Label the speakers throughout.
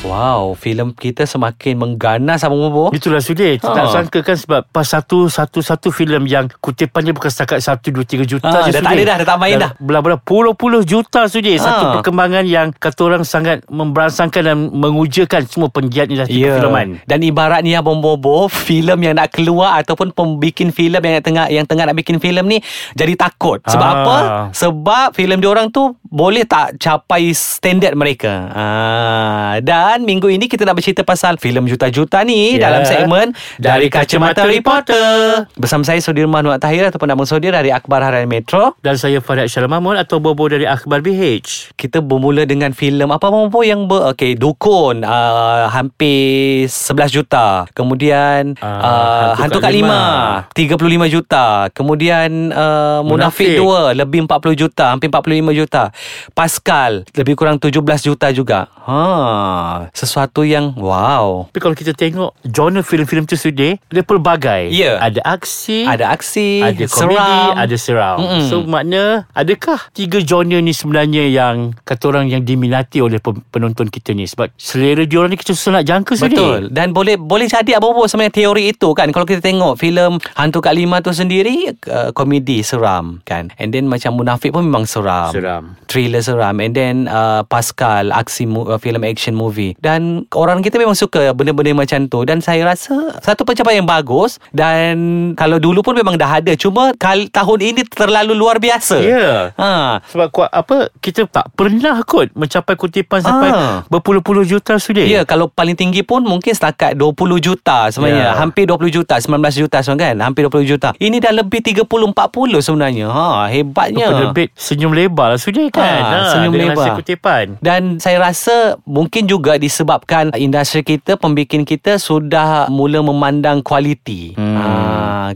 Speaker 1: Wow, filem kita semakin mengganas sama Bobo.
Speaker 2: Itulah Sudir Kita
Speaker 1: Ha.
Speaker 2: tak sangka kan Sebab pas satu Satu satu filem yang Kutipannya bukan setakat 1, 2, 3 juta
Speaker 1: Ha, dah
Speaker 2: je,
Speaker 1: tak
Speaker 2: Sudir.
Speaker 1: ada dah, dah tak main dah.
Speaker 2: Belah-belah puluh-puluh juta
Speaker 1: Ha.
Speaker 2: Sudir Satu perkembangan yang Kata orang sangat Memberansangkan dan Mengujakan Semua penggiat industri yeah.
Speaker 1: Ya.
Speaker 2: perfilman
Speaker 1: Dan ibaratnya Abang Bobo, filem yang nak keluar ataupun pembikin filem yang tengah yang tengah nak bikin filem ni jadi takut. Sebab
Speaker 2: Ah.
Speaker 1: apa? Sebab filem diorang tu boleh tak capai standard mereka. Ah, dan minggu ini kita nak bercerita pasal filem juta-juta ni
Speaker 2: Ya.
Speaker 1: dalam segmen dari
Speaker 2: Dari
Speaker 1: kacamata,
Speaker 2: Kacamata
Speaker 1: reporter. Bersama saya Sudirman Wak Tahir ataupun Abang Sudir dari Akhbar Harian Metro.
Speaker 2: Dan saya Farhad Shalom Mahmud Atau Bobo dari Akhbar BH
Speaker 1: kita bermula dengan filem apa apa pun yang ber, okay, dukun uh, hampir 11 juta kemudian
Speaker 2: Ah,
Speaker 1: uh, hantu
Speaker 2: Hantu Kak
Speaker 1: kat lima 35 juta kemudian uh, munafik 2
Speaker 2: Munafik.
Speaker 1: lebih 40 juta hampir 45 juta pascal lebih kurang 17 juta juga ha sesuatu yang wow
Speaker 2: Tapi kalau kita tengok Genre filem-filem tu Sudir Dia pelbagai
Speaker 1: Ya.
Speaker 2: Ada aksi
Speaker 1: ada aksi
Speaker 2: ada komedi,
Speaker 1: seram
Speaker 2: ada seram.
Speaker 1: Mm-mm.
Speaker 2: Mm-mm. So makna adakah tiga genre ni sebenarnya yang kata orang yang diminati oleh pe- penonton kita ni sebab selera diorang ni kita susah nak jangka
Speaker 1: Betul
Speaker 2: sendiri.
Speaker 1: Dan boleh boleh jadi apa-apa sebenarnya teori itu kan Kalau kita tengok filem Hantu Kak Lima tu sendiri uh, Komedi seram kan And then macam Munafik pun memang seram
Speaker 2: Seram.
Speaker 1: Thriller seram And then uh, Pascal Aksi mu- uh, filem action movie Dan orang kita memang suka Benda-benda macam tu Dan saya rasa Satu pencapaian yang bagus Dan Kalau dulu pun memang dah ada Cuma kal- tahun ini terlalu luar biasa
Speaker 2: Ya.
Speaker 1: Ha.
Speaker 2: Sebab kuat apa kita tak pernah kot mencapai kutipan sampai
Speaker 1: Ah.
Speaker 2: berpuluh-puluh juta sudah.
Speaker 1: Ya, kalau paling tinggi pun mungkin setakat 20 juta sebenarnya.
Speaker 2: Ya.
Speaker 1: Hampir 20 juta, 19 juta sebenarnya kan. Hampir 20 juta. Ini dah lebih 30 40 sebenarnya. Ha, hebatnya.
Speaker 2: Penerbit senyum lebar lah sudah kan.
Speaker 1: Ah, senyum
Speaker 2: dengan
Speaker 1: lebar.
Speaker 2: hasil kutipan.
Speaker 1: Dan saya rasa mungkin juga disebabkan industri kita, pembikin kita sudah mula memandang kualiti. Hmm. Ha,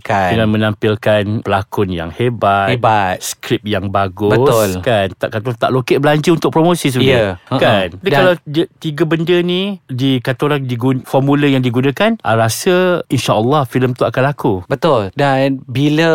Speaker 2: Dengan
Speaker 1: kan.
Speaker 2: menampilkan pelakon yang hebat.
Speaker 1: Hebat.
Speaker 2: Skrip yang bagus.
Speaker 1: Betul.
Speaker 2: Kan. Tak kata tak lokek belanja untuk promosi
Speaker 1: Ya.
Speaker 2: sudah.
Speaker 1: Ha-ha.
Speaker 2: Kan. Jadi
Speaker 1: Dan-
Speaker 2: kalau dia, tiga benda ni di kata orang digun, formula yang digunakan, ah, rasa insya-Allah filem tu akan laku.
Speaker 1: Betul. Dan bila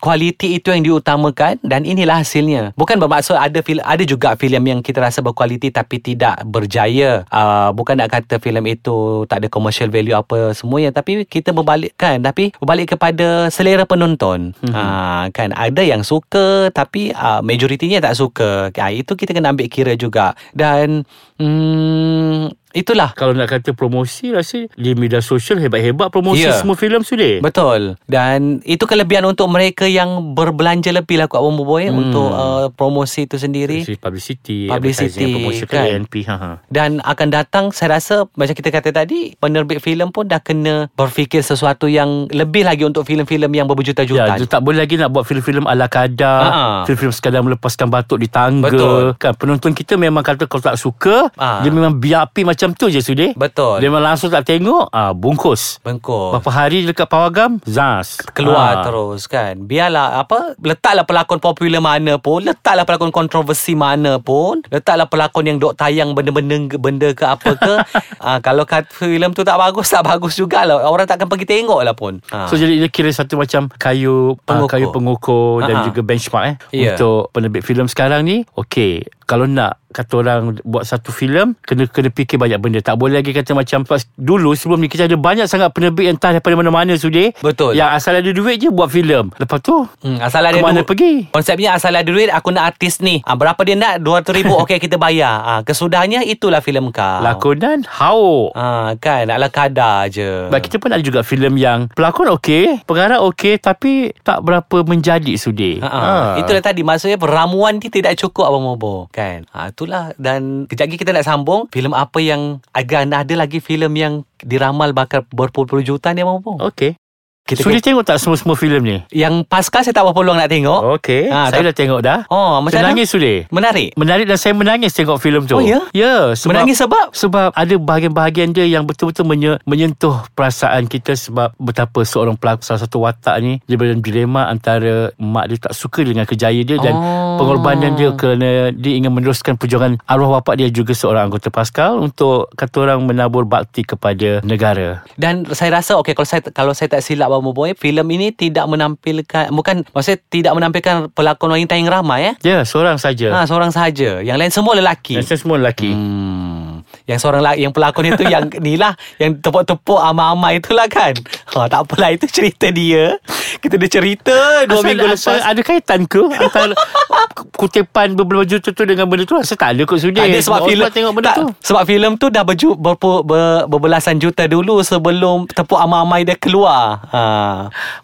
Speaker 1: kualiti itu yang diutamakan dan inilah hasilnya. Bukan bermaksud ada fil- ada juga filem yang kita rasa berkualiti tapi tidak berjaya. Uh, bukan nak kata filem itu tak ada commercial value apa semuanya tapi kita berbalikkan tapi berbalik kepada selera penonton. Hmm. Uh, kan ada yang suka tapi uh, majoritinya tak suka. Uh, itu kita kena ambil kira juga. Dan mm, itulah
Speaker 2: Kalau nak kata promosi, rasa di media sosial hebat-hebat promosi
Speaker 1: Ya.
Speaker 2: semua filem sudah.
Speaker 1: Betul. Dan itu kelebihan untuk mereka yang berbelanja lebih lah Kuat Bombo Boy hmm. untuk uh, promosi itu sendiri. Publicity,
Speaker 2: Publicity, advertising, promosi
Speaker 1: kan.
Speaker 2: kan. ANP. Ha-ha.
Speaker 1: Dan akan datang saya rasa macam kita kata tadi penerbit filem pun dah kena berfikir sesuatu yang lebih lagi untuk filem-filem yang
Speaker 2: Ya,
Speaker 1: berjuta-juta.
Speaker 2: dia tak boleh lagi nak buat filem-filem ala kadar,
Speaker 1: Ha-ha.
Speaker 2: filem-filem sekadar melepaskan batuk di tangga.
Speaker 1: Ha, Betul.
Speaker 2: Kan penonton kita memang kata kalau tak suka,
Speaker 1: Ha.
Speaker 2: dia memang biar api macam tu je sudah.
Speaker 1: Betul.
Speaker 2: Dia memang langsung tak tengok, ah bungkus.
Speaker 1: Bengkok.
Speaker 2: Berapa hari dekat Pawagam, zas.
Speaker 1: keluar
Speaker 2: Ah.
Speaker 1: terus kan biarlah apa letaklah pelakon popular mana pun letaklah pelakon kontroversi mana pun letaklah pelakon yang dok tayang benda-benda ke- benda ke apa ke ha, kalau kat filem tu tak bagus tak bagus jugalah orang takkan pergi tengok lah pun ha.
Speaker 2: So jadi dia kira satu macam kayu
Speaker 1: Pengukur.
Speaker 2: pengukur. kayu pengukur dan
Speaker 1: Ha-ha.
Speaker 2: juga benchmark eh
Speaker 1: Ya.
Speaker 2: untuk penerbit filem sekarang ni. Okey, kalau nak kata orang buat satu filem kena kena fikir banyak benda. Tak boleh lagi kata macam pas dulu sebelum ni kita ada banyak sangat penerbit yang entah daripada mana-mana sudah.
Speaker 1: Betul.
Speaker 2: Yang asal ada duit je buat filem. Lepas tu
Speaker 1: Hmm, asal ada
Speaker 2: Ke mana
Speaker 1: du-
Speaker 2: pergi?
Speaker 1: Konsepnya asal ada duit Aku nak artis ni ha, Berapa dia nak 200 ribu Okey kita bayar ha, Kesudahannya itulah filem kau
Speaker 2: lakonan hauk.
Speaker 1: ha, Kan Ala kadar je
Speaker 2: Sebab kita pun ada juga filem yang pelakon okey, pengarah okey tapi tak berapa menjadi sudi. Ah,
Speaker 1: Ha. Itulah tadi Maksudnya ramuan dia tidak cukup Abang Mobo Kan ha, Itulah Dan kejap lagi kita nak sambung Filem apa yang Agan ada lagi filem yang Diramal bakal berpuluh-puluh juta ni Abang Mobo
Speaker 2: Okey.
Speaker 1: Kita
Speaker 2: Sudi tengok tak semua-semua filem ni?
Speaker 1: Yang Pascal saya tak berapa peluang nak tengok
Speaker 2: Okey,
Speaker 1: Ah,
Speaker 2: saya dah tengok dah.
Speaker 1: Oh, macam
Speaker 2: saya
Speaker 1: mana?
Speaker 2: nangis sudah.
Speaker 1: Menarik
Speaker 2: Menarik dan saya menangis tengok filem
Speaker 1: Oh,
Speaker 2: tu.
Speaker 1: ya?
Speaker 2: Ya, sebab
Speaker 1: Menangis sebab
Speaker 2: sebab ada bahagian-bahagian dia yang betul-betul menye, menyentuh perasaan kita sebab betapa seorang pelakon salah satu watak ni dia berada dalam dilema antara mak dia tak suka dengan kerjaya dia dan
Speaker 1: Oh.
Speaker 2: pengorbanan dia kerana dia ingin meneruskan perjuangan arwah bapak dia juga seorang anggota Pascal untuk kata orang menabur bakti kepada negara.
Speaker 1: Dan saya rasa okey kalau saya kalau saya tak silap Abang Boboy filem ini tidak menampilkan bukan maksudnya tidak menampilkan pelakon wanita yang ramai eh
Speaker 2: Ya, seorang saja.
Speaker 1: ha
Speaker 2: Ha,
Speaker 1: seorang sahaja yang lain semua lelaki
Speaker 2: Saya semua lelaki.
Speaker 1: Hmm. Yang seorang la- yang pelakon itu yang ni lah yang tepuk-tepuk amai-amai itulah kan. Ha tak apalah itu cerita dia. Kita ada cerita dua
Speaker 2: Asal-
Speaker 1: minggu
Speaker 2: asal
Speaker 1: lepas.
Speaker 2: Ada kaitan ke antara kutipan berbelaju tu dengan benda tu? Rasa tak ada kot Sudir.
Speaker 1: Tak ada sebab
Speaker 2: Orang
Speaker 1: filem
Speaker 2: tak tengok benda
Speaker 1: tak,
Speaker 2: tu.
Speaker 1: Sebab filem tu dah berju, berpu, ber, berbelasan juta dulu sebelum tepuk amai-amai dia keluar. Ha.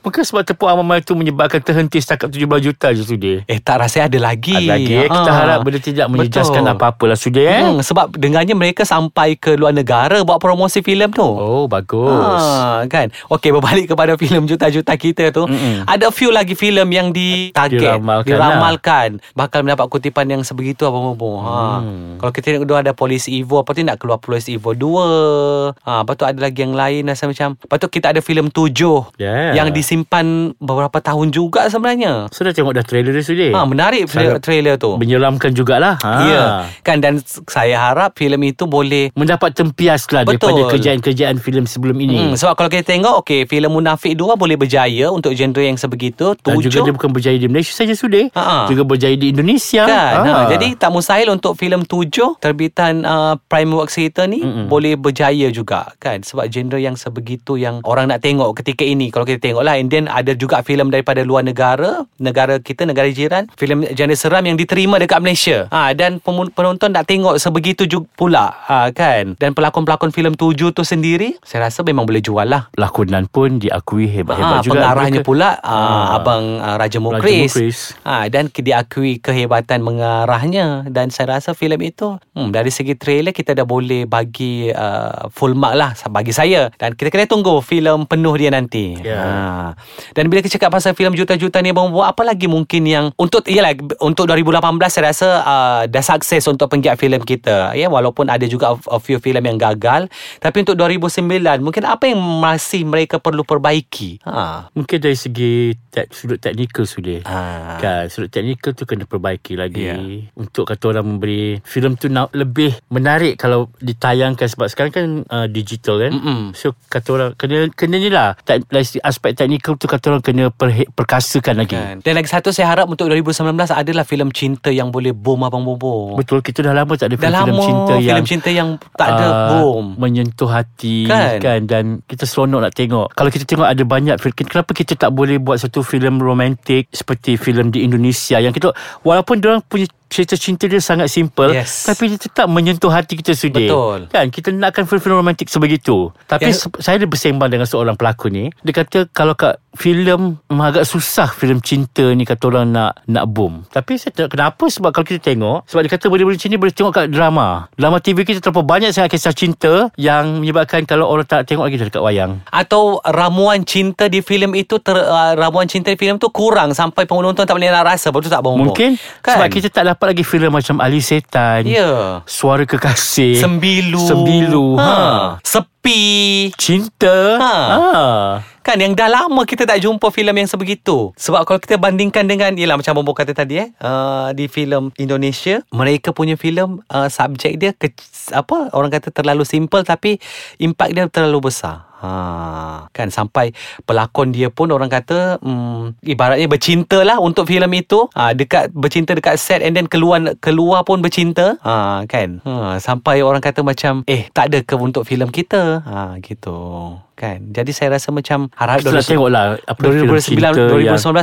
Speaker 2: Mungkin sebab tepuk amal tu menyebabkan terhenti setakat 17 juta je Sudir.
Speaker 1: Eh tak rasa ada lagi.
Speaker 2: Ada lagi eh. Kita
Speaker 1: Ha.
Speaker 2: harap benda tidak menjejaskan
Speaker 1: Betul.
Speaker 2: apa-apalah Sudir eh.
Speaker 1: Hmm, sebab dengannya mereka sampai ke luar negara buat promosi filem tu.
Speaker 2: Oh, bagus.
Speaker 1: Ah, kan. Okey berbalik kepada filem juta-juta kita tu.
Speaker 2: Mm-mm.
Speaker 1: Ada few lagi filem yang ditarget,
Speaker 2: Diramalkan lah.
Speaker 1: diramalkan bakal mendapat kutipan yang sebegitu apa apa. Ha.
Speaker 2: Hmm.
Speaker 1: Kalau kita tengok dulu ada Polis Evo, lepas tu nak keluar Polis Evo 2. Ha, lepas tu ada lagi yang lain rasa macam. Lepas tu kita ada filem tujuh
Speaker 2: Yeah.
Speaker 1: yang disimpan beberapa tahun juga sebenarnya.
Speaker 2: Sudah tengok dah trailer dia Sudir.
Speaker 1: Ha, menarik tra-
Speaker 2: Sangat
Speaker 1: trailer tu.
Speaker 2: Menyeramkan jugalah. Ha.
Speaker 1: Ya, kan dan s- saya harap filem itu boleh
Speaker 2: Mendapat tempias lah
Speaker 1: Betul.
Speaker 2: daripada kerjaan-kerjaan filem sebelum
Speaker 1: Hmm,
Speaker 2: ini.
Speaker 1: sebab kalau kita tengok okey filem Munafik 2 boleh berjaya untuk genre yang sebegitu
Speaker 2: Dan
Speaker 1: tujuh
Speaker 2: juga dia bukan berjaya di Malaysia saja sudah.
Speaker 1: Ha-ha.
Speaker 2: Juga berjaya di Indonesia.
Speaker 1: Ha, kan. Ha.
Speaker 2: Ha.
Speaker 1: Jadi tak mustahil untuk filem tujuh terbitan uh, Prime Works Theatre ni
Speaker 2: Mm-mm.
Speaker 1: boleh berjaya juga kan sebab genre yang sebegitu yang orang nak tengok ketika ini kalau kita tengoklah and then ada juga filem daripada luar negara, negara kita, negara jiran, filem genre seram yang diterima dekat Malaysia. Ha dan pemu- penonton nak tengok sebegitu juga pula. Ha kan. Dan pelakon-pelakon filem tujuh tu sendiri saya rasa memang boleh jual lah.
Speaker 2: lakonan pun diakui hebat-hebat
Speaker 1: Ha,
Speaker 2: juga.
Speaker 1: pengarahnya
Speaker 2: Mereka-
Speaker 1: pula ha,
Speaker 2: Ah.
Speaker 1: abang ah, Raja
Speaker 2: Raja
Speaker 1: Mukris.
Speaker 2: Mukris.
Speaker 1: Ha, dan ke- diakui kehebatan mengarahnya dan saya rasa filem itu hmm, dari segi trailer kita dah boleh bagi uh, full mark lah sa- bagi saya dan kita kena tunggu filem penuh dia nanti.
Speaker 2: Ya.
Speaker 1: Ha. Dan bila kita cakap pasal filem juta-juta ni abang buat apa lagi mungkin yang untuk ialah untuk 2018 saya rasa uh, dah sukses untuk penggiat filem kita. Ya walaupun ada juga a- a few filem yang gagal tapi untuk 2009 mungkin apa yang masih mereka perlu perbaiki. Ha.
Speaker 2: Mungkin dari segi tek, sudut teknikal sudah.
Speaker 1: Ha.
Speaker 2: Kan, sudut teknikal tu kena perbaiki lagi.
Speaker 1: Ya.
Speaker 2: Untuk kata orang memberi filem tu nak lebih menarik kalau ditayangkan sebab sekarang kan uh, digital kan.
Speaker 1: Mm-mm.
Speaker 2: So kata orang kena kena ni lah tek, dari segi aspek teknikal tu kata orang kena perhe, perkasakan lagi.
Speaker 1: Kan. Dan lagi satu saya harap untuk 2019 adalah filem cinta yang boleh boom abang bobo.
Speaker 2: Betul kita dah lama tak ada
Speaker 1: Dah
Speaker 2: filem
Speaker 1: lama
Speaker 2: cinta yang
Speaker 1: filem cinta yang tak ada
Speaker 2: ah,
Speaker 1: boom.
Speaker 2: menyentuh hati
Speaker 1: Kan?
Speaker 2: kan? kan dan kita seronok nak tengok kalau kita tengok ada banyak filem kenapa kita tak boleh buat satu filem romantik seperti filem di Indonesia yang kita walaupun dia orang punya cerita cinta dia sangat simple
Speaker 1: Yes.
Speaker 2: tapi dia tetap menyentuh hati kita sudi
Speaker 1: Betul.
Speaker 2: kan kita nakkan filem romantik sebegitu tapi
Speaker 1: Yang-
Speaker 2: se- saya ada bersembang dengan seorang pelakon ni dia kata kalau kat filem hmm, agak susah filem cinta ni kata orang nak nak boom tapi saya tak kenapa sebab kalau kita tengok sebab dia kata benda-benda macam ni boleh tengok kat drama drama TV kita terlalu banyak sangat kisah cinta yang menyebabkan kalau orang tak nak tengok lagi dah dekat wayang
Speaker 1: Atau ramuan cinta di filem itu ter, uh, ramuan cinta di filem tu kurang sampai penonton tak boleh nak rasa. Betul tak abang bobo?
Speaker 2: mungkin
Speaker 1: Kan?
Speaker 2: sebab kita tak dapat lagi filem macam Ali Setan
Speaker 1: Ya.
Speaker 2: Suara Kekasih
Speaker 1: Sembilu.
Speaker 2: Sembilu ha.
Speaker 1: Sepi.
Speaker 2: Cinta
Speaker 1: Ha.
Speaker 2: ha.
Speaker 1: Kan yang dah lama kita tak jumpa filem yang sebegitu. Sebab kalau kita bandingkan dengan ialah macam Bobo kata tadi eh uh, di filem Indonesia, mereka punya filem uh, subjek dia ke, apa orang kata terlalu simple tapi impact dia terlalu besar. Ha kan sampai pelakon dia pun orang kata hmm, ibaratnya bercinta lah untuk filem itu ha, dekat bercinta dekat set and then keluar keluar pun bercinta ha kan ha, sampai orang kata macam eh tak ada ke untuk filem kita ha gitu kan jadi saya rasa macam harap
Speaker 2: Kita nak tengok lah apa filem
Speaker 1: 2009
Speaker 2: cinta yang-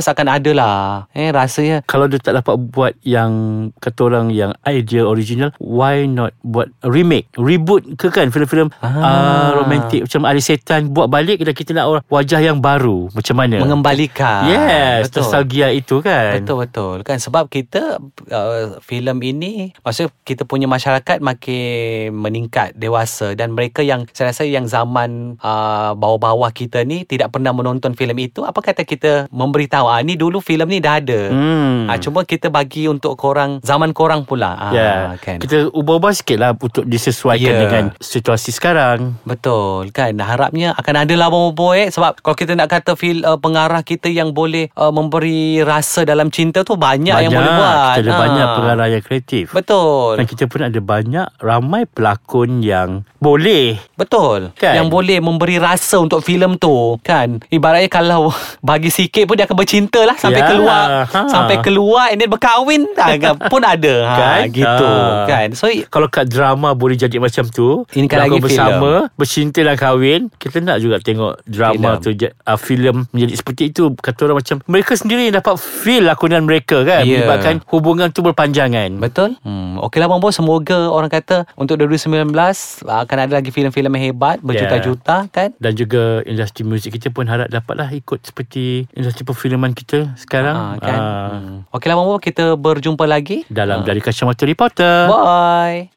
Speaker 1: 2019 akan ada lah eh rasanya
Speaker 2: kalau dia tak dapat buat yang kata orang yang idea original why not buat remake reboot ke kan filem-filem
Speaker 1: Ah.
Speaker 2: ah. romantik macam Ali Setan buat balik dan kita nak orang wajah yang baru macam mana
Speaker 1: mengembalikan
Speaker 2: Ya. yes
Speaker 1: betul
Speaker 2: nostalgia itu kan
Speaker 1: Betul betul kan sebab kita uh, filem ini maksud kita punya masyarakat makin meningkat dewasa dan mereka yang saya rasa yang zaman uh, bawah-bawah kita ni tidak pernah menonton filem itu apa kata kita memberitahu ah ni dulu filem ni dah ada.
Speaker 2: hmm.
Speaker 1: Ah cuma kita bagi untuk korang zaman korang pula. Ah
Speaker 2: Ya,
Speaker 1: kan.
Speaker 2: kita ubah-ubah sikit lah untuk disesuaikan
Speaker 1: Ya.
Speaker 2: dengan situasi sekarang.
Speaker 1: Betul kan Harapnya akan ada lah bobo eh Sebab kalau kita nak kata feel, uh, Pengarah kita yang boleh uh, Memberi rasa dalam cinta tu Banyak, yang boleh buat
Speaker 2: Kita ada
Speaker 1: Ah.
Speaker 2: banyak pengarah yang kreatif.
Speaker 1: Betul
Speaker 2: Dan kita pun ada banyak ramai pelakon yang boleh
Speaker 1: Betul
Speaker 2: Kan?
Speaker 1: Yang boleh memberi rasa untuk filem tu kan ibaratnya kalau bagi sikit pun dia akan bercinta lah sampai
Speaker 2: Ya.
Speaker 1: keluar
Speaker 2: Ha.
Speaker 1: sampai keluar and then berkahwin ha, kan, pun ada ha,
Speaker 2: Kan?
Speaker 1: gitu
Speaker 2: Ah.
Speaker 1: kan so
Speaker 2: Kalau kat drama boleh jadi macam tu
Speaker 1: Ini kan
Speaker 2: berlakon
Speaker 1: lagi
Speaker 2: bersama Bercinta dan kahwin Kita nak juga tengok drama
Speaker 1: Filem.
Speaker 2: film. tu ja- uh, Film menjadi seperti itu Kata orang macam Mereka sendiri yang dapat feel lakonan mereka kan
Speaker 1: Ya.
Speaker 2: yeah. Menyebabkan hubungan tu kan? berpanjangan
Speaker 1: Betul? Hmm, Okeylah Bang Bos, semoga orang kata untuk 2019 uh, akan ada lagi filem-filem yang hebat berjuta-juta kan.
Speaker 2: dan juga industri muzik kita pun harap dapatlah ikut seperti industri perfilman kita sekarang
Speaker 1: Ha, kan?
Speaker 2: Ah,
Speaker 1: Hmm. Okeylah Bang Bos, kita berjumpa lagi.
Speaker 2: dalam dari kacamata reporter
Speaker 1: Bye.